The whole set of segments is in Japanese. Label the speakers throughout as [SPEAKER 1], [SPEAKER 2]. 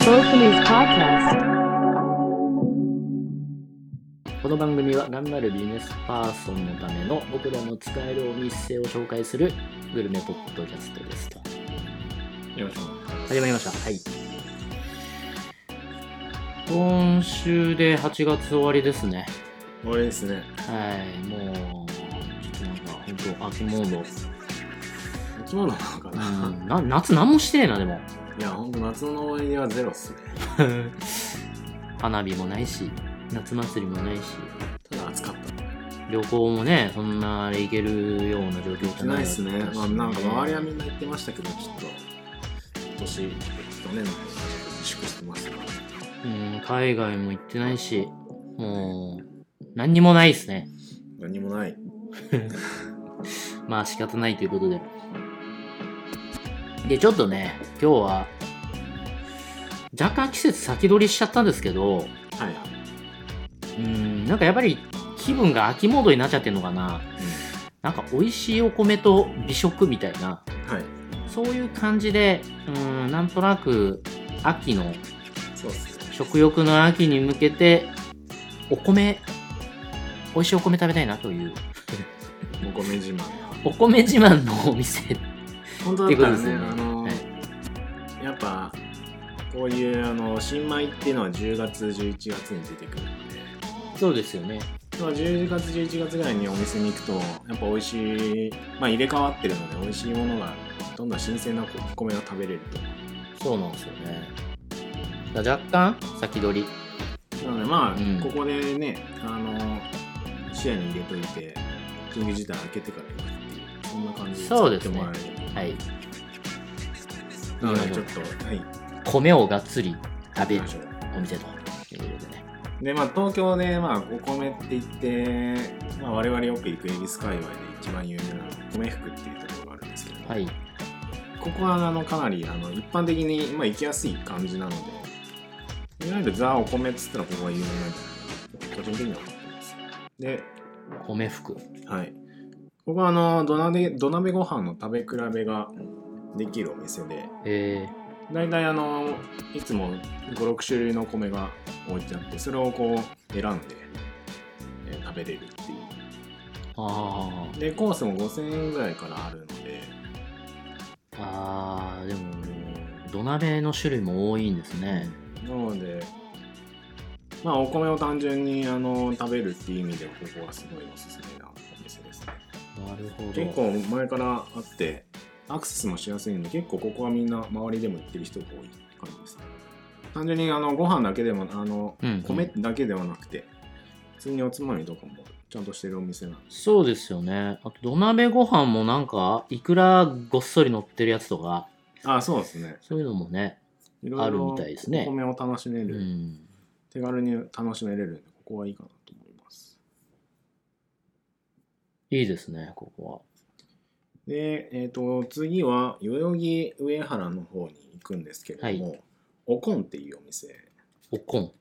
[SPEAKER 1] Sorcery's Podcast.
[SPEAKER 2] この番組は頑張るビジネスパーソンのための僕らの使えるお店を紹介するグルメポッドキャストですと。よろしく始まりました。はい。今週で8月終わりですね。
[SPEAKER 3] 終わりですね。
[SPEAKER 2] はい。もう、ちょっとなんか本当秋モー
[SPEAKER 3] 生き物なのかな、
[SPEAKER 2] ド。うん、な夏何もしてねえな、でも。
[SPEAKER 3] いや、ほんと夏の終わりにはゼロっすね。
[SPEAKER 2] 花火もないし、夏祭りもないし、
[SPEAKER 3] ただ暑かった。
[SPEAKER 2] 旅行もね、そんなあれ行けるような状況じゃ
[SPEAKER 3] な
[SPEAKER 2] ないい
[SPEAKER 3] っすね。
[SPEAKER 2] だし
[SPEAKER 3] まあ、なんか周りはみんな言ってましたけど、ちょっと、今年、去年の自粛してましたから。
[SPEAKER 2] うん、海外も行ってないし、もう、何にもないですね。
[SPEAKER 3] 何もない。
[SPEAKER 2] まあ仕方ないということで。で、ちょっとね、今日は、若干季節先取りしちゃったんですけど、
[SPEAKER 3] はい。
[SPEAKER 2] うん、なんかやっぱり気分が秋モードになっちゃってるのかな。なんか美味しいお米と美食みたいな、
[SPEAKER 3] はい。
[SPEAKER 2] そういう感じで、うん、なんとなく秋の
[SPEAKER 3] そうっすね。
[SPEAKER 2] 食欲の秋に向けてお米美味しいお米食べたいなという
[SPEAKER 3] お米自慢。
[SPEAKER 2] お米自慢のお店
[SPEAKER 3] 本当だったら
[SPEAKER 2] って
[SPEAKER 3] ね、
[SPEAKER 2] ことですよね
[SPEAKER 3] あの、
[SPEAKER 2] は
[SPEAKER 3] やっぱ、こういう、あの、新米っていうのは10月、11月に出てくるので、
[SPEAKER 2] そうですよね
[SPEAKER 3] まあ、10月11月ぐらいにお店に行くとやっぱ美味しいまあ入れ替わってるので美味しいものがどんどん新鮮なお米が食べれる
[SPEAKER 2] そうなんですよねだから若干先取り
[SPEAKER 3] となのでまあ、
[SPEAKER 2] うん
[SPEAKER 3] ここでねあの視野に入れといて緊急事態開けてから行くっていうそんな感じ
[SPEAKER 2] そう
[SPEAKER 3] 作
[SPEAKER 2] で
[SPEAKER 3] っ
[SPEAKER 2] す
[SPEAKER 3] て
[SPEAKER 2] ね
[SPEAKER 3] もらえる
[SPEAKER 2] はい
[SPEAKER 3] なの
[SPEAKER 2] な
[SPEAKER 3] でち
[SPEAKER 2] る
[SPEAKER 3] ょっ
[SPEAKER 2] ほ
[SPEAKER 3] とはい
[SPEAKER 2] 米をがっつり食べ
[SPEAKER 3] 行
[SPEAKER 2] る
[SPEAKER 3] きましょう
[SPEAKER 2] お店ということでね
[SPEAKER 3] でまあ東京でまあお米って言って、まあ、我々よく行く恵比寿界隈で一番有名な米福っていうところがあるんですけど、
[SPEAKER 2] はい
[SPEAKER 3] ここはあのかなりあの一般的に、まあ、行きやすい感じなのでいわゆるザ・お米っつったらここが有名なんじゃないかな個人的には思ってますで、
[SPEAKER 2] 米服
[SPEAKER 3] はい、ここはあの土鍋土鍋ご飯の食べ比べができるお店で
[SPEAKER 2] え
[SPEAKER 3] だいたいあのいつも56種類の米が置いてあってそれをこう選んで、えー食べれるっていう
[SPEAKER 2] ー、あー
[SPEAKER 3] でコースも5000円ぐらいからあるので
[SPEAKER 2] あーでも土鍋の種類も多いんですね
[SPEAKER 3] なので、まあ、お米を単純にあの食べるっていう意味で、ここはすごいおすすめなお店ですね。
[SPEAKER 2] なるほど
[SPEAKER 3] 結構前からあって、アクセスもしやすいので、結構ここはみんな周りでも行ってる人が多い感じですね。単純にあのご飯だけでも、あの
[SPEAKER 2] うんうん
[SPEAKER 3] 米だけではなくて、普通におつまみとかもちゃんとしてるお店なんで
[SPEAKER 2] そうですよね。あと土鍋ご飯もなんか、いくらごっそり乗ってるやつとか、
[SPEAKER 3] ああ、そうですね。
[SPEAKER 2] そういうのもね。
[SPEAKER 3] いろいろ
[SPEAKER 2] あるみたいですね
[SPEAKER 3] お米を楽しめ
[SPEAKER 2] う
[SPEAKER 3] る、
[SPEAKER 2] ん。
[SPEAKER 3] 手軽に楽しめれるんで、ここはいいかなと思います。
[SPEAKER 2] いいですね、ここ
[SPEAKER 3] で、えっと次は代々木上原の方に行くんですけれども、おこんっていうお店
[SPEAKER 2] は。おこん。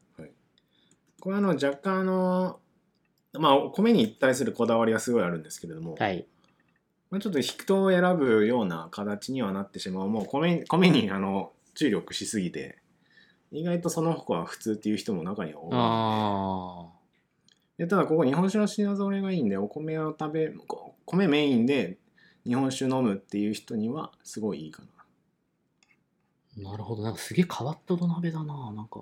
[SPEAKER 3] これあの若干あのまあお米に一体するこだわりはすごいあるんですけれども、
[SPEAKER 2] はい。
[SPEAKER 3] まあ、ちょっと人を選ぶような形にはなってしまうもう米米にあの注力しすぎて意外とその他は普通っていう人も中には多
[SPEAKER 2] あ
[SPEAKER 3] いでただここ日本酒の品揃えがいいんでお米を食べこ米メインで日本酒飲むっていう人にはすごいいいかな
[SPEAKER 2] ー。なるほど。なんかすげえ変わった土鍋だな。なんか、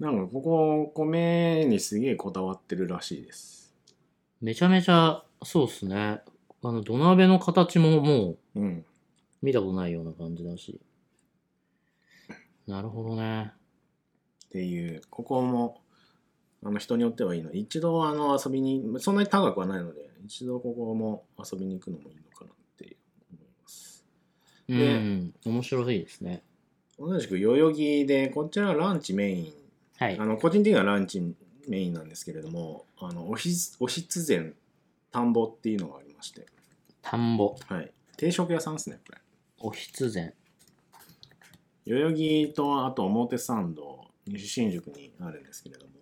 [SPEAKER 3] なんかここ米にすげえこだわってるらしいです。
[SPEAKER 2] めちゃめちゃ、そうっすね。あの、土鍋の形ももう、
[SPEAKER 3] うん。
[SPEAKER 2] 見たことないような感じだし。なるほどね。
[SPEAKER 3] っていうここもあの人によってはいいの一度あの遊びにそんなに高くはないので一度ここも遊びに行くのもいいのかなって思います。
[SPEAKER 2] うん。面白いですね。
[SPEAKER 3] 同じく代々木でこちらはランチメイン
[SPEAKER 2] はい
[SPEAKER 3] あ。の個人的にはランチメインなんですけれどもあのおひおひつぜん田んぼっていうのがありまして、
[SPEAKER 2] 田んぼ、
[SPEAKER 3] はい、定食屋さんですねこれ。
[SPEAKER 2] おひつぜん。
[SPEAKER 3] 代々木とあと表参道西新宿にあるんですけれども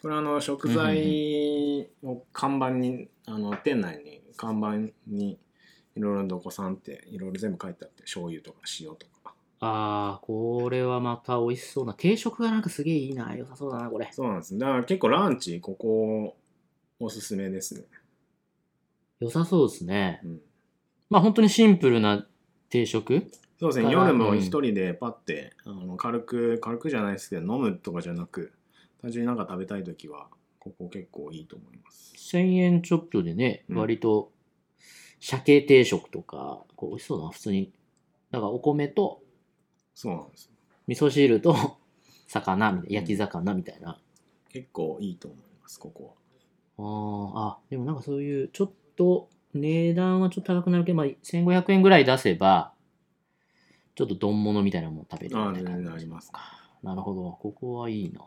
[SPEAKER 3] これあの食材を看板に、あの店内に看板にいろいろどこさんっていろいろ全部書いてあって醤油とか塩とか
[SPEAKER 2] あー、これはまた美味しそうな。定食がなんかすげえいいな。良さそうだな、これ。
[SPEAKER 3] そうなんです。だから結構ランチ、ここ、おすすめですね。
[SPEAKER 2] 良さそうですね。
[SPEAKER 3] うん、
[SPEAKER 2] まあ本当にシンプルな定食
[SPEAKER 3] そうですね、
[SPEAKER 2] だから
[SPEAKER 3] 夜も
[SPEAKER 2] うん
[SPEAKER 3] 一人でパッて、あの軽く、軽くじゃないですけど、飲むとかじゃなく、単純になんか食べたいときは、ここ結構いいと思います。
[SPEAKER 2] 1000円ちょっとでね、
[SPEAKER 3] うん
[SPEAKER 2] 割と、鮭定食とか、こう美味しそうだな、普通に。だからお米と、
[SPEAKER 3] そうなんです。
[SPEAKER 2] 味噌汁と、 魚みたいな、焼き魚みたいな。
[SPEAKER 3] 結構いいと思います、ここは。
[SPEAKER 2] あーあ、でもなんかそういう、ちょっと、値段はちょっと高くなるけど、まあ1500円ぐらい出せば、ちょっと丼物みたいなのも食べれる
[SPEAKER 3] ああ、
[SPEAKER 2] みたい
[SPEAKER 3] 全
[SPEAKER 2] な感じ
[SPEAKER 3] 然あります。
[SPEAKER 2] なるほど。ここはいいな。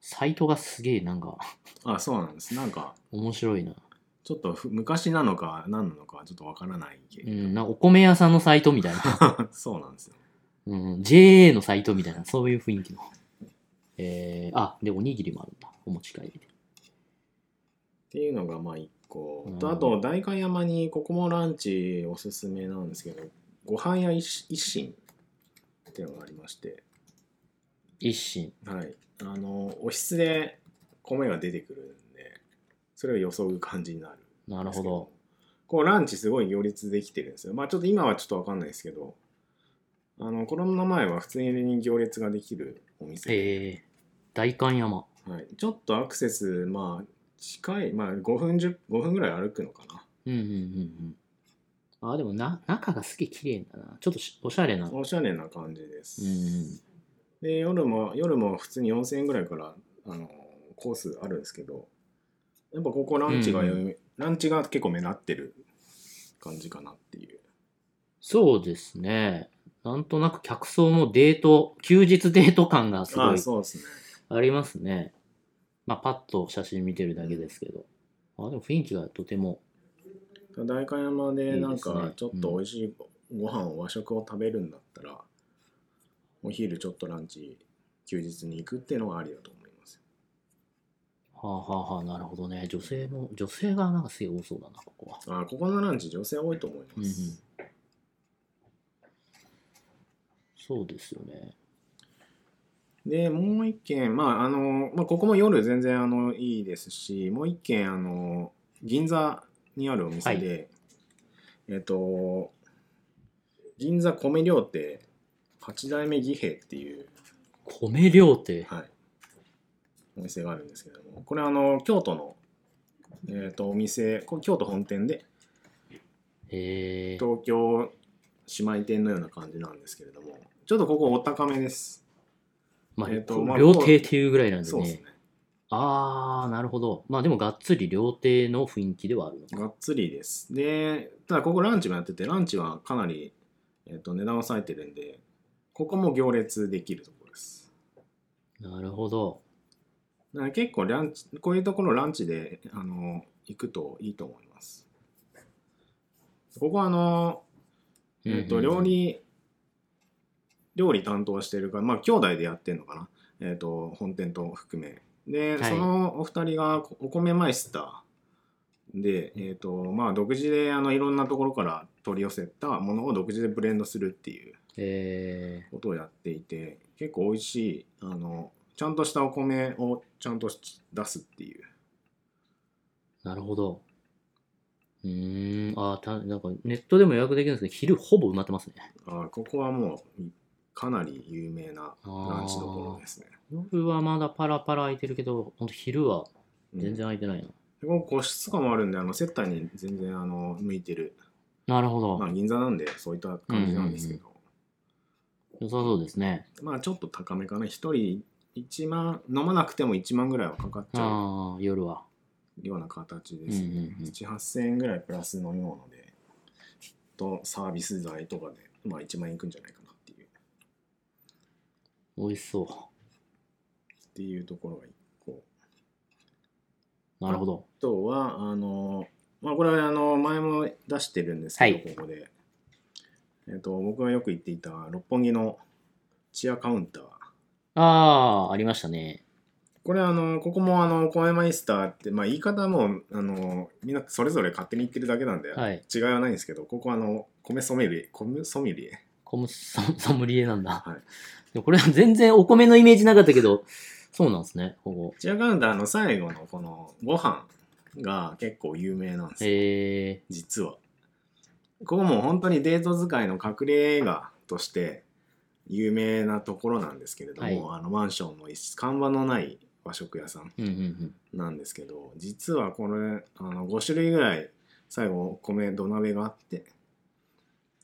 [SPEAKER 2] サイトがすげえなんか
[SPEAKER 3] あそうなんです。なんか、
[SPEAKER 2] 面白いな。
[SPEAKER 3] ちょっとふ昔なのか何なのかちょっとわからないけ
[SPEAKER 2] う
[SPEAKER 3] ど、
[SPEAKER 2] ん、なんかお米屋さんのサイトみたいな。
[SPEAKER 3] そうなんですよ。
[SPEAKER 2] うん、JA のサイトみたいな、そういう雰囲気の。えー、あ、で、おにぎりもあるんだ。お持ち帰りで。
[SPEAKER 3] っていうのがまあ一個
[SPEAKER 2] うん
[SPEAKER 3] とあと代官山にここもランチおすすめなんですけどご飯屋一一心っていうのがありまして
[SPEAKER 2] 一心。
[SPEAKER 3] はいあのおひつで米が出てくるんでそれを予う感じになる
[SPEAKER 2] なんる
[SPEAKER 3] です
[SPEAKER 2] ほ
[SPEAKER 3] けど
[SPEAKER 2] ど。
[SPEAKER 3] こうランチすごい行列できてるんですよまあちょっと今はちょっとわかんないですけどあのコロナ前は普通に行列ができるお店で
[SPEAKER 2] えー、大観山。
[SPEAKER 3] はい、ちょっとアクセス、まあ、近い、まあ、5分、10 5分ぐらい歩くのかな。
[SPEAKER 2] うんうんうんうん。あ、でもな、中がすげえ綺麗だな。ちょっとしおしゃれな。うん
[SPEAKER 3] おしゃれな感じです。
[SPEAKER 2] うん。
[SPEAKER 3] で、夜も、夜も普通に4000円ぐらいから、あの、コースあるんですけど、やっぱここランチが、
[SPEAKER 2] うん
[SPEAKER 3] ランチが結構目立ってる感じかなっていう。
[SPEAKER 2] そうですね。なんとなく客層もデート、休日デート感がす
[SPEAKER 3] あ
[SPEAKER 2] ご
[SPEAKER 3] あ、
[SPEAKER 2] い
[SPEAKER 3] そうですね。
[SPEAKER 2] ありますね。まあ、パッと写真見てるだけですけど。あ、でも雰囲気がとても。
[SPEAKER 3] 代官山で、なん
[SPEAKER 2] いいです
[SPEAKER 3] か
[SPEAKER 2] ね、
[SPEAKER 3] ちょっと美味しいご飯を、和食を食べるんだったら、お昼ちょっとランチ、休日に行くっていうのがありだと思います。
[SPEAKER 2] はあはあはあ、なるほどね。女性も、女性がなんかすげえ多そうだな、ここは。
[SPEAKER 3] ああ、ここのランチ、女性多いと思います。
[SPEAKER 2] うんうんそうですよね。
[SPEAKER 3] でもう一軒、まああのまあ、ここも夜全然あのいいですしもう一軒あの銀座にあるお店で、えっと銀座米料亭八代目義兵っていう、
[SPEAKER 2] 米料亭。
[SPEAKER 3] はい、お店があるんですけどもこれあの京都の、えっとお店こ京都本店で
[SPEAKER 2] えー、
[SPEAKER 3] 東京姉妹店のような感じなんですけれどもちょっとここお高めです。
[SPEAKER 2] まあ、
[SPEAKER 3] えーとまあ
[SPEAKER 2] 料亭っていうぐらいなんで
[SPEAKER 3] そう
[SPEAKER 2] ね。
[SPEAKER 3] ですね
[SPEAKER 2] あー、なるほど。まあでも、がっつり料亭の雰囲気ではあるのか。
[SPEAKER 3] がっつりです。で、ただここランチもやってて、ランチはかなり、えっと値段を抑えてるんで、ここも行列できるところです。
[SPEAKER 2] なるほど。
[SPEAKER 3] だから結構ランチ、こういうところランチであの行くといいと思います。ここはあの、えっ
[SPEAKER 2] う
[SPEAKER 3] と
[SPEAKER 2] んうんう
[SPEAKER 3] 料
[SPEAKER 2] ん
[SPEAKER 3] 理、料理担当してるから、まあ兄弟でやってるのかな。えっと本店と含め。で、
[SPEAKER 2] はい
[SPEAKER 3] そのお二人がお米マイスターで、えっとまあ独自であのいろんなところから取り寄せたものを独自でブレンドするっていう
[SPEAKER 2] え
[SPEAKER 3] ことをやっていて結構美味しいあのちゃんとしたお米をちゃんとし出すっていう
[SPEAKER 2] ー、なるほど。うーん、あーた、なんかネットでも予約できるんですけど、昼ほぼ埋まってますね。
[SPEAKER 3] あここはもうかなり有名なランチどころですね。
[SPEAKER 2] 夜はまだパラパラ空いてるけど、ほんと昼は
[SPEAKER 3] うん
[SPEAKER 2] 全然空いてないな。
[SPEAKER 3] でここ個室とかもあるんであの接待に全然あの向いてる、
[SPEAKER 2] なるほど。
[SPEAKER 3] まあ、銀座なんでそういった感じなんですけど、
[SPEAKER 2] 良さそうですね。
[SPEAKER 3] まあちょっと高めかな1人1万飲まなくても1万ぐらいはかかっちゃ
[SPEAKER 2] ああ、夜は。
[SPEAKER 3] うような形ですね、
[SPEAKER 2] うんうんうん
[SPEAKER 3] 7 8 0円ぐらいプラスのようのでとサービス代とかで、まあ、1万円いくんじゃないかなっていう
[SPEAKER 2] 美味しそ
[SPEAKER 3] っていうところが1個
[SPEAKER 2] う。なるほど。
[SPEAKER 3] あとはあの、まあ、これはあの前も出してるんですけど、
[SPEAKER 2] はい
[SPEAKER 3] ここで、えっと僕がよく行っていた六本木のチアカウンター
[SPEAKER 2] ああ、ありましたね。
[SPEAKER 3] これあのここもあのコエマイスターって、まあ、言い方はもうあのみんなそれぞれ勝手に言ってるだけなんで、
[SPEAKER 2] はい
[SPEAKER 3] 違いはないんですけどここあの米ソムリエ米ソムリエ
[SPEAKER 2] コムソソムリエなんだ。
[SPEAKER 3] はい
[SPEAKER 2] でもこれは全然お米のイメージなかったけど、そうなんですね、ここ。
[SPEAKER 3] チアガンダーの最後のこのご飯が結構有名なんですよ、
[SPEAKER 2] え
[SPEAKER 3] 実は。ここも本当にデート使いの隠れ映画として有名なところなんですけれども、あのマンションの一看板のない和食屋さん
[SPEAKER 2] ー、うんうん
[SPEAKER 3] なんですけど実はこれあの5種類ぐらい最後お米土鍋があって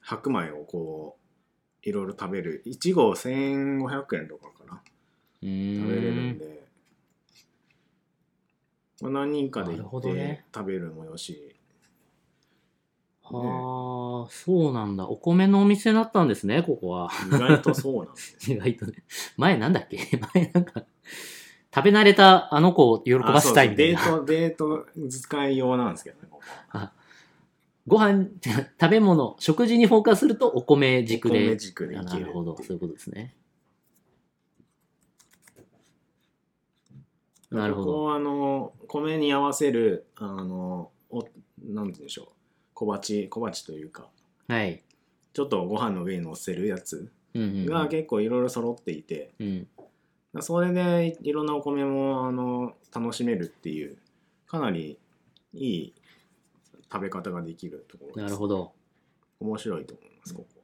[SPEAKER 3] 白米をこういろいろ食べる1合1500円とかかな
[SPEAKER 2] うん。うーん
[SPEAKER 3] 食べれるんで、まあ、何人かで
[SPEAKER 2] なる
[SPEAKER 3] 行
[SPEAKER 2] ほ
[SPEAKER 3] っ
[SPEAKER 2] ど
[SPEAKER 3] て
[SPEAKER 2] ね
[SPEAKER 3] 食べるもよし、
[SPEAKER 2] はあ、そうなんだ。お米のお店だったんですね、ここは。
[SPEAKER 3] 意外とそうなんです
[SPEAKER 2] 意外とね。前なんだっけ 前なんか、食べ慣れたあの子 を喜
[SPEAKER 3] あ
[SPEAKER 2] ばしたいみたいな。
[SPEAKER 3] そうそうデートデート使い用なんですけどねここ
[SPEAKER 2] ご飯、 食べ物、食事にフォーカスするとお米軸
[SPEAKER 3] お米
[SPEAKER 2] で。
[SPEAKER 3] 軸でい
[SPEAKER 2] あな
[SPEAKER 3] ける
[SPEAKER 2] るほど、そういうことですね。なるほ
[SPEAKER 3] ここ
[SPEAKER 2] ど。
[SPEAKER 3] はあの米に合わせるあのおなんて言うんでしょう小鉢小鉢というか
[SPEAKER 2] はい。
[SPEAKER 3] ちょっとご飯の上に乗せるやつ
[SPEAKER 2] うんうんうん、
[SPEAKER 3] が結構いろいろ揃っていて、
[SPEAKER 2] うん。
[SPEAKER 3] それでいろんなお米もあの楽しめるっていうかなりいい食べ方ができるところです
[SPEAKER 2] なるほど。
[SPEAKER 3] 面白いと思いますここ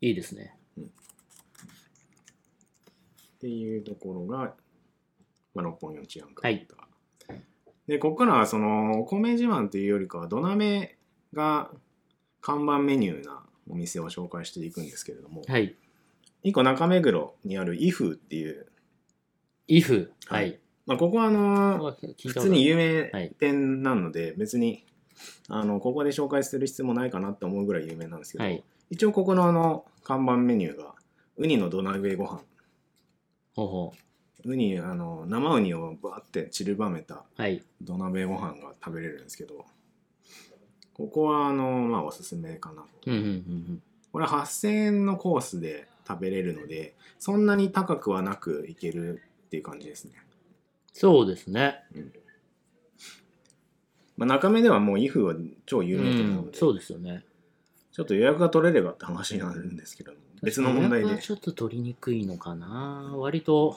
[SPEAKER 2] いいですね。
[SPEAKER 3] っていうところが、まあ、六本木の治安
[SPEAKER 2] はい
[SPEAKER 3] でここからはそのお米自慢というよりかは土鍋が看板メニューなお店を紹介していくんですけれども、
[SPEAKER 2] はい。
[SPEAKER 3] 一個中目黒にあるイフっていう、
[SPEAKER 2] イフ。は
[SPEAKER 3] はい
[SPEAKER 2] い。
[SPEAKER 3] まあ、ここはあの
[SPEAKER 2] 普
[SPEAKER 3] 普通に有
[SPEAKER 2] は
[SPEAKER 3] 名
[SPEAKER 2] い
[SPEAKER 3] 店なので別にあのここで紹介する必要もないかなって思うぐらい有名なんですけど、
[SPEAKER 2] はい。
[SPEAKER 3] 一応ここのあの看板メニューがウニの土鍋ご飯
[SPEAKER 2] ほうほ
[SPEAKER 3] ウニあの生ウニをバーって散りばめた
[SPEAKER 2] う。はい。
[SPEAKER 3] 土鍋ご飯が食べれるんですけどここはあのまあおすすめかな
[SPEAKER 2] うんうんうんうん。
[SPEAKER 3] これは8000円のコースで食べれるのでそんなに高くはなくいけるっていう感じですね、
[SPEAKER 2] そうですね。
[SPEAKER 3] まあ、中目ではもうイフは超有
[SPEAKER 2] う
[SPEAKER 3] 名店なの
[SPEAKER 2] ん
[SPEAKER 3] で、、
[SPEAKER 2] そうですよね。
[SPEAKER 3] ちょっと予約が取れればって話になるんですけども別の問題
[SPEAKER 2] これ
[SPEAKER 3] で
[SPEAKER 2] はちょっと取りにくいのかな。割と、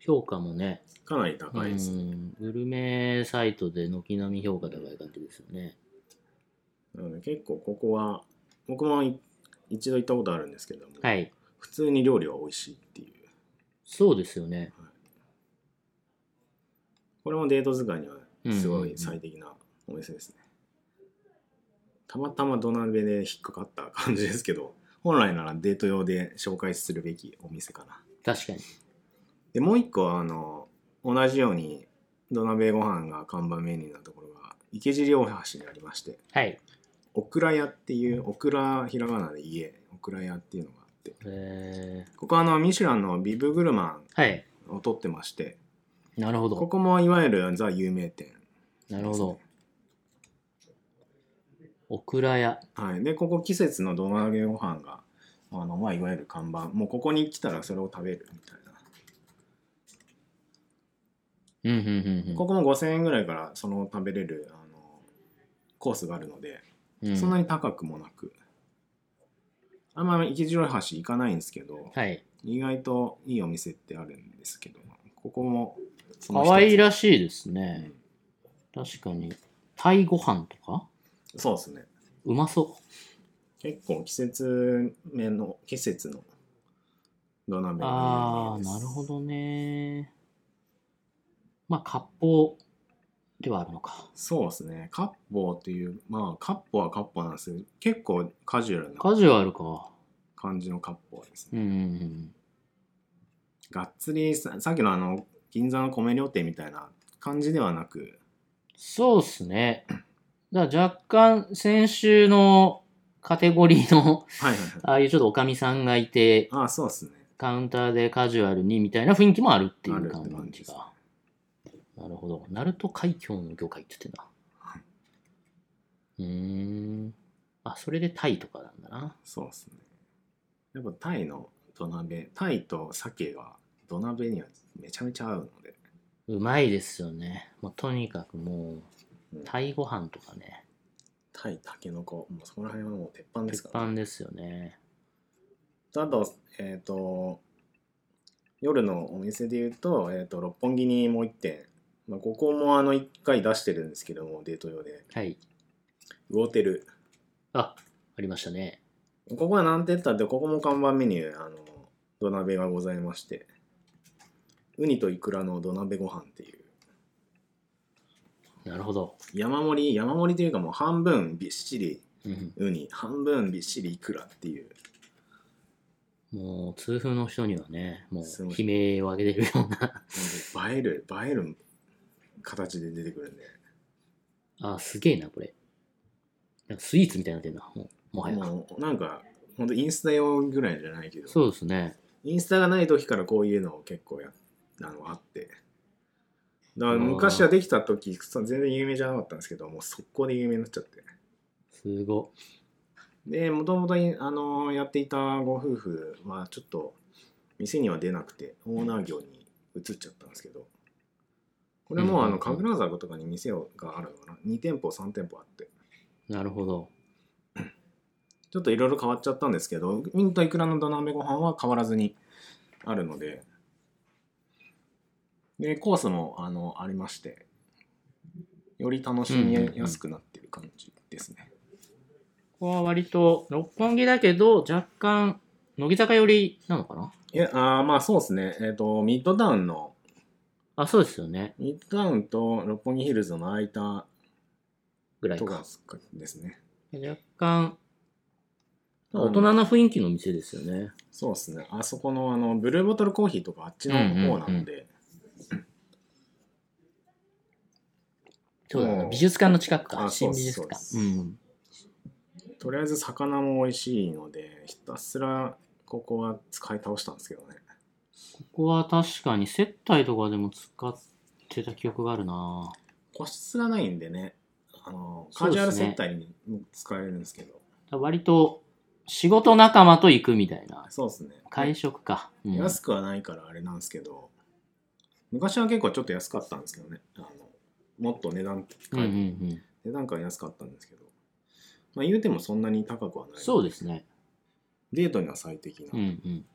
[SPEAKER 2] 評価もね、
[SPEAKER 3] かなり高いです、
[SPEAKER 2] うん、グルメサイトで軒並み評価高い感じですよね。
[SPEAKER 3] なので結構ここは僕もい一度行ったことあるんですけども、
[SPEAKER 2] はい。
[SPEAKER 3] 普通に料理は美味しいっていう
[SPEAKER 2] そうですよね。
[SPEAKER 3] これもデート使いにはすごい
[SPEAKER 2] うんうんう
[SPEAKER 3] 最適なお店ですね、たまたま土鍋で引っかかった感じですけど 本来ならデート用で紹介するべきお店かなん
[SPEAKER 2] 確かに。
[SPEAKER 3] でもう一個あの同じように土鍋ご飯が看板メニューなところが池尻大橋にありまして
[SPEAKER 2] はい。
[SPEAKER 3] オクラ屋っていうオクラひらがなで家オクラ屋っていうのがあって
[SPEAKER 2] え
[SPEAKER 3] ここはあのミシュランのビブグルマ
[SPEAKER 2] ー、はい。
[SPEAKER 3] ンを取ってまして
[SPEAKER 2] なるほ
[SPEAKER 3] こ
[SPEAKER 2] ど。
[SPEAKER 3] こもいわゆるザ有名店
[SPEAKER 2] なるほど。オクラ屋。
[SPEAKER 3] はい、でここ季節の土鍋ご飯があの、まあ、いわゆる看板もうここに来たらそれを食べるみたいな、
[SPEAKER 2] うんうんうんうん。
[SPEAKER 3] ここも5000円ぐらいからその食べれるあのコースがあるので、
[SPEAKER 2] うん
[SPEAKER 3] そんなに高くもなくあんまり池尻大橋行かないんですけど、
[SPEAKER 2] はい。
[SPEAKER 3] 意外といいお店ってあるんですけどここもその一つ
[SPEAKER 2] 可愛らしいです
[SPEAKER 3] う
[SPEAKER 2] ね。
[SPEAKER 3] ん
[SPEAKER 2] 確かに。タイご飯とか
[SPEAKER 3] そうですね
[SPEAKER 2] うまそ
[SPEAKER 3] 結構季節目の季節の土鍋
[SPEAKER 2] う。
[SPEAKER 3] が
[SPEAKER 2] ああ、
[SPEAKER 3] 有名です
[SPEAKER 2] なるほどね。まあ、割烹ではあるのか。
[SPEAKER 3] そうですね。カッポーという、まあ、カッポはカッポなんですけど、結構カジュアルな
[SPEAKER 2] カジュアルか。
[SPEAKER 3] 感じのカッポーです
[SPEAKER 2] う
[SPEAKER 3] ね。
[SPEAKER 2] んうん
[SPEAKER 3] がっつりさ、さっきのあの、銀座の米料亭みたいな感じではなく、
[SPEAKER 2] そうっすね。だから若干、先週のカテゴリーの、
[SPEAKER 3] はいはいはい。
[SPEAKER 2] ああいうちょっとおかみさんがいて、
[SPEAKER 3] ああ、そうですね。
[SPEAKER 2] カウンターでカジュアルにみたいな雰囲気もあるってい
[SPEAKER 3] あ
[SPEAKER 2] う
[SPEAKER 3] るって
[SPEAKER 2] 感
[SPEAKER 3] 感
[SPEAKER 2] じ
[SPEAKER 3] じ
[SPEAKER 2] が。なるほど。鳴門海峡の魚介って言ってたな。うーん。あ、それでタイとかなんだな。
[SPEAKER 3] そうですね。やっぱタイの土鍋、タイと鮭が土鍋にはめちゃめちゃ合うので、
[SPEAKER 2] うまいですよね。もうとにかくもう
[SPEAKER 3] う、ん
[SPEAKER 2] タイご飯とかね。
[SPEAKER 3] タイ、タケノコ、もうそこら辺はもう鉄板で
[SPEAKER 2] 鉄
[SPEAKER 3] すから、
[SPEAKER 2] 板
[SPEAKER 3] ね。
[SPEAKER 2] ですよね。
[SPEAKER 3] あと、えっ、と、夜のお店で言うと、えっ、と、六本木にもう一点、まあ、ここもあの、一回出してるんですけども、デート用で、
[SPEAKER 2] はい。
[SPEAKER 3] ウォーテル。
[SPEAKER 2] あ、ありましたね。
[SPEAKER 3] ここはなんて言ったって、ここも看板メニュー、あの、土鍋がございまして、ウニとイクラの土鍋ご飯っていう、
[SPEAKER 2] なるほど。
[SPEAKER 3] 山盛り、山盛りというかもう半分びっしり
[SPEAKER 2] うん、
[SPEAKER 3] ウニ、半分びっしりイクラっていう、
[SPEAKER 2] もう、痛風の人にはね、もう、
[SPEAKER 3] すごい
[SPEAKER 2] 悲鳴を上げてるような。
[SPEAKER 3] 本当に映える、映える形で出てくるんで、
[SPEAKER 2] あ、すげえな、これ。なんかスイーツみたいになってるな、もうもはや。
[SPEAKER 3] もうなんか、本当インスタ用ぐらいじゃないけど、
[SPEAKER 2] そうですね。
[SPEAKER 3] インスタがない時からこういうのを結構やあのあってだから昔はできた時そう全然有名じゃなかったんですけどもう速攻で有名になっちゃって
[SPEAKER 2] すご。
[SPEAKER 3] でもともとやっていたご夫婦はちょっと店には出なくてオーナー業に移っちゃったんですけどこれもあ
[SPEAKER 2] うんうんう
[SPEAKER 3] の
[SPEAKER 2] ん
[SPEAKER 3] 神楽坂とかに店をがあるのかな2店舗3店舗あって
[SPEAKER 2] なるほど。
[SPEAKER 3] ちょっといろいろ変わっちゃったんですけど、ミンとイクラの土鍋ご飯は変わらずにあるので、で、コースもあのありまして、より楽しみやすくなってる感じですね。
[SPEAKER 2] ここは割と、六本木だけど、若干、乃木坂寄りなのかない
[SPEAKER 3] や、あーまあそうですね、えっ、と、ミッドタウンの、
[SPEAKER 2] あ、そうですよね。
[SPEAKER 3] ミッドタウンと六本木ヒルズの間
[SPEAKER 2] ぐらい
[SPEAKER 3] と
[SPEAKER 2] か
[SPEAKER 3] か。ですね。
[SPEAKER 2] 若干、大人の雰囲気の店ですよね。
[SPEAKER 3] そうですね。あそこのあのブルーボトルコーヒーとかあっちの方なんで、
[SPEAKER 2] そうだ
[SPEAKER 3] う
[SPEAKER 2] ね。
[SPEAKER 3] ん
[SPEAKER 2] 美術館の近くか。
[SPEAKER 3] あ
[SPEAKER 2] 新美術
[SPEAKER 3] そうで
[SPEAKER 2] 館。
[SPEAKER 3] すそううです
[SPEAKER 2] ん。
[SPEAKER 3] とりあえず魚も美味しいので、ひたすらここは使い倒したんですけどね。
[SPEAKER 2] ここは確かに接待とかでも使ってた記憶があるな
[SPEAKER 3] 個室がないんでねあの
[SPEAKER 2] そう
[SPEAKER 3] カ
[SPEAKER 2] で
[SPEAKER 3] ジュア
[SPEAKER 2] すね
[SPEAKER 3] ル接待に使えるんですけど
[SPEAKER 2] 割と仕事仲間と行くみたいな。
[SPEAKER 3] そうですね
[SPEAKER 2] 会食か。うん
[SPEAKER 3] 安くはないからあれなんですけど昔は結構ちょっと安かったんですけどねあのもっと値段、
[SPEAKER 2] うんうんうん。
[SPEAKER 3] 値段感安かったんですけど、まあ、言うてもそんなに高くはない
[SPEAKER 2] そうですね。
[SPEAKER 3] デートには最適
[SPEAKER 2] う
[SPEAKER 3] な、
[SPEAKER 2] んうん。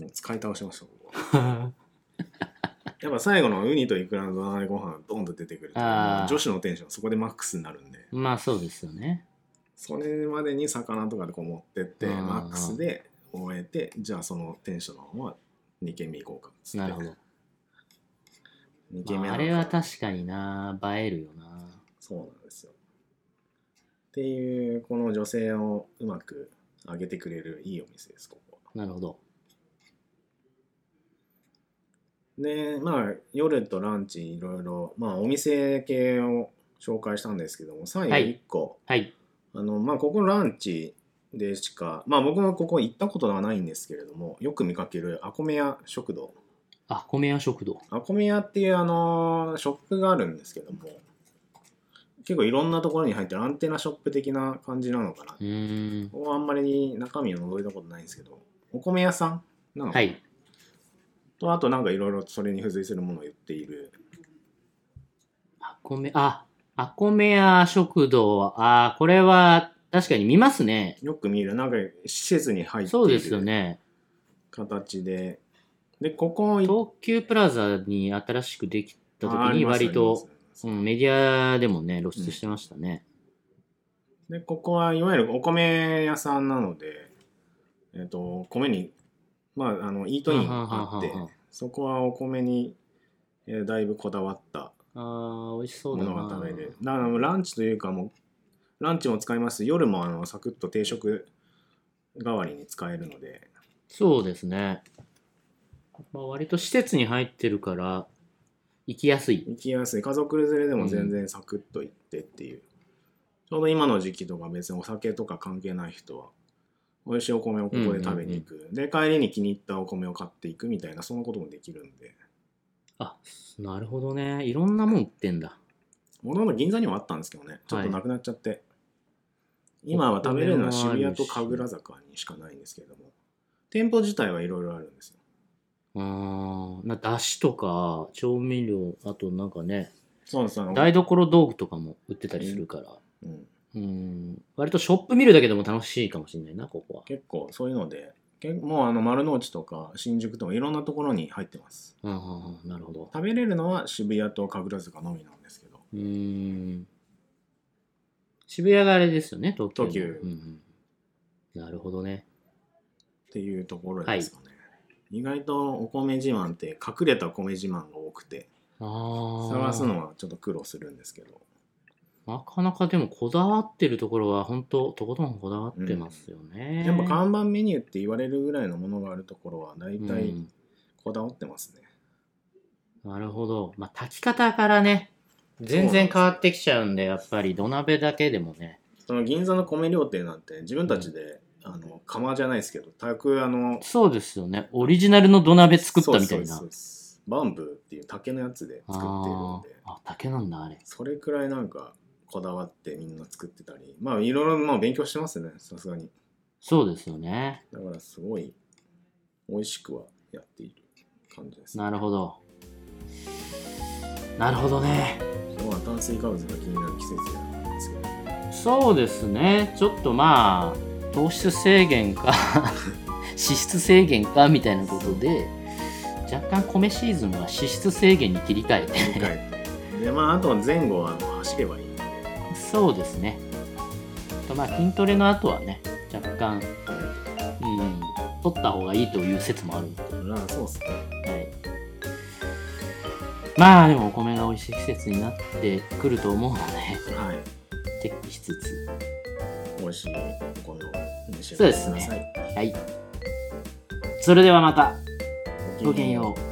[SPEAKER 3] もう使い倒しました僕は やっぱ最後のウニとイクラの土鍋ご飯ドンと出てくると
[SPEAKER 2] あー
[SPEAKER 3] 女子のテンションそこでマックスになるんで
[SPEAKER 2] まあそうですよね。
[SPEAKER 3] それまでに魚とかでこう持ってって
[SPEAKER 2] うん
[SPEAKER 3] マックスで終えてじゃあそのテンションのまま2軒目行こうかっつって
[SPEAKER 2] なるほど。
[SPEAKER 3] 2軒目
[SPEAKER 2] まあ、あれは確かにな映えるよな
[SPEAKER 3] そうなんですよっていうこの女性をうまく上げてくれるいいお店ですここは
[SPEAKER 2] なるほど。
[SPEAKER 3] でまあ夜とランチいろいろまあお店系を紹介したんですけども最後
[SPEAKER 2] はい
[SPEAKER 3] 1個、
[SPEAKER 2] はい。
[SPEAKER 3] あのまあここランチでしかまあ僕はここ行ったことはないんですけれどもよく見かけるアコメ屋食堂
[SPEAKER 2] あ、米屋食堂。
[SPEAKER 3] アコメ屋っていうあのーショップがあるんですけども結構いろんなところに入ってるアンテナショップ的な感じなのかな、
[SPEAKER 2] うーん。
[SPEAKER 3] ここはあんまり中身を覗いたことないんですけどお米屋さんなのか
[SPEAKER 2] は
[SPEAKER 3] な、
[SPEAKER 2] い。
[SPEAKER 3] とあとなんかいろいろそれに付随するものを言っている
[SPEAKER 2] あこめ、あ、あこめや食堂は、あー、これは確かに見ますね。
[SPEAKER 3] よく見るなんか施設に入って
[SPEAKER 2] そうです
[SPEAKER 3] い
[SPEAKER 2] よ
[SPEAKER 3] る
[SPEAKER 2] ね。
[SPEAKER 3] 形でで,、ここ行っ
[SPEAKER 2] 東急プラザに新しくできた時
[SPEAKER 3] ああり
[SPEAKER 2] に
[SPEAKER 3] ます
[SPEAKER 2] 割
[SPEAKER 3] あ
[SPEAKER 2] と、
[SPEAKER 3] ります
[SPEAKER 2] うん、メディアでもね、露出してましたね。
[SPEAKER 3] でここはいわゆるお米屋さんなので、えっと米にまああのイートインがあって
[SPEAKER 2] はんはんはんはんはん
[SPEAKER 3] そこはお米に、えーだいぶこだわった
[SPEAKER 2] あー、美味しそ
[SPEAKER 3] も
[SPEAKER 2] うだ
[SPEAKER 3] の
[SPEAKER 2] な
[SPEAKER 3] が食べれるだからもうランチというかもうランチも使いますし夜もあのサクッと定食代わりに使えるので
[SPEAKER 2] そうですね。まあ、割と施設に入ってるから、行きやすい。
[SPEAKER 3] 行きやすい家族連れでも全然サクッと行ってっていう、ちょうど今の時期とか別にお酒とか関係ない人は美味しいお米をここで食べに行く、で帰りに気に入ったお米を買っていくみたいなそんなこともできるんで
[SPEAKER 2] あ、なるほどね。いろんなもん売ってんだ。
[SPEAKER 3] もともと銀座にはあったんですけどねちょっとなくなっちゃって、今は食べれるのは渋谷と神楽坂にしかないんですけれども店舗自体はいろいろあるんですよ
[SPEAKER 2] うーん。な、だしとか、調味料、あとなんかね、
[SPEAKER 3] そうですあの
[SPEAKER 2] 台所道具とかも売ってたりするから、
[SPEAKER 3] うん、
[SPEAKER 2] うん、割とショップ見るだけでも楽しいかもしれないな、ここは。
[SPEAKER 3] 結構そういうので結構もうあの丸の内とか新宿とかいろんなところに入ってます
[SPEAKER 2] ああ、なるほど。
[SPEAKER 3] 食べれるのは渋谷と神楽坂のみなんですけど
[SPEAKER 2] うーん。渋谷があれですよね、東京の。
[SPEAKER 3] 東急
[SPEAKER 2] うんうんなるほどね。
[SPEAKER 3] っていうところですかね、意外とお米自慢って隠れた米自慢が多くて
[SPEAKER 2] ああ。
[SPEAKER 3] 探すのはちょっと苦労するんですけど
[SPEAKER 2] なかなかでもこだわってるところは本当とことんこだわってますよね。
[SPEAKER 3] やっぱ看板メニューって言われるぐらいのものがあるところは大体
[SPEAKER 2] うん
[SPEAKER 3] こだわってますね、
[SPEAKER 2] なるほど。まあ炊き方からね、全然変わってきちゃうんで、やっぱり土鍋だけでもね。
[SPEAKER 3] その銀座の米料亭なんて自分たちで、あの釜じゃないですけどくあの
[SPEAKER 2] そうですよね。オリジナルの土鍋作ったみた
[SPEAKER 3] そう
[SPEAKER 2] い
[SPEAKER 3] です
[SPEAKER 2] な
[SPEAKER 3] そう。ですバンブーっていう竹のやつで作
[SPEAKER 2] あ
[SPEAKER 3] ってるんで
[SPEAKER 2] ーあ、竹なんだ、あれ。
[SPEAKER 3] それくらいなんかこだわってみんな作ってたりまあいろいろまあ勉強してますねさすがに
[SPEAKER 2] そうですよね。
[SPEAKER 3] だからすごい美味しくはやっている感じですね
[SPEAKER 2] なるほど。なるほどね。
[SPEAKER 3] 今日は炭水化物が気になる季節なんですけど
[SPEAKER 2] そうですね。ちょっとまあ、糖質制限か、 脂質制限かみたいなことで、若干米シーズンは脂質制限に切り替えて。
[SPEAKER 3] 理 解 とでまああと前後はあの走ればいいんで
[SPEAKER 2] そうですね。あとまあ、筋トレの後はね、若干、うん、取った方がいいという説もあるんで。
[SPEAKER 3] まあそうっすね
[SPEAKER 2] はい。まあ、でもお米が美味しい季節になってくると思うので、
[SPEAKER 3] はい
[SPEAKER 2] チェックしつつ。
[SPEAKER 3] 美味しいお米を召し
[SPEAKER 2] そう
[SPEAKER 3] 上が
[SPEAKER 2] で
[SPEAKER 3] り
[SPEAKER 2] す
[SPEAKER 3] くだ
[SPEAKER 2] ね
[SPEAKER 3] さ
[SPEAKER 2] は
[SPEAKER 3] い
[SPEAKER 2] い。それではまた、ごきげん
[SPEAKER 3] ん
[SPEAKER 2] よう。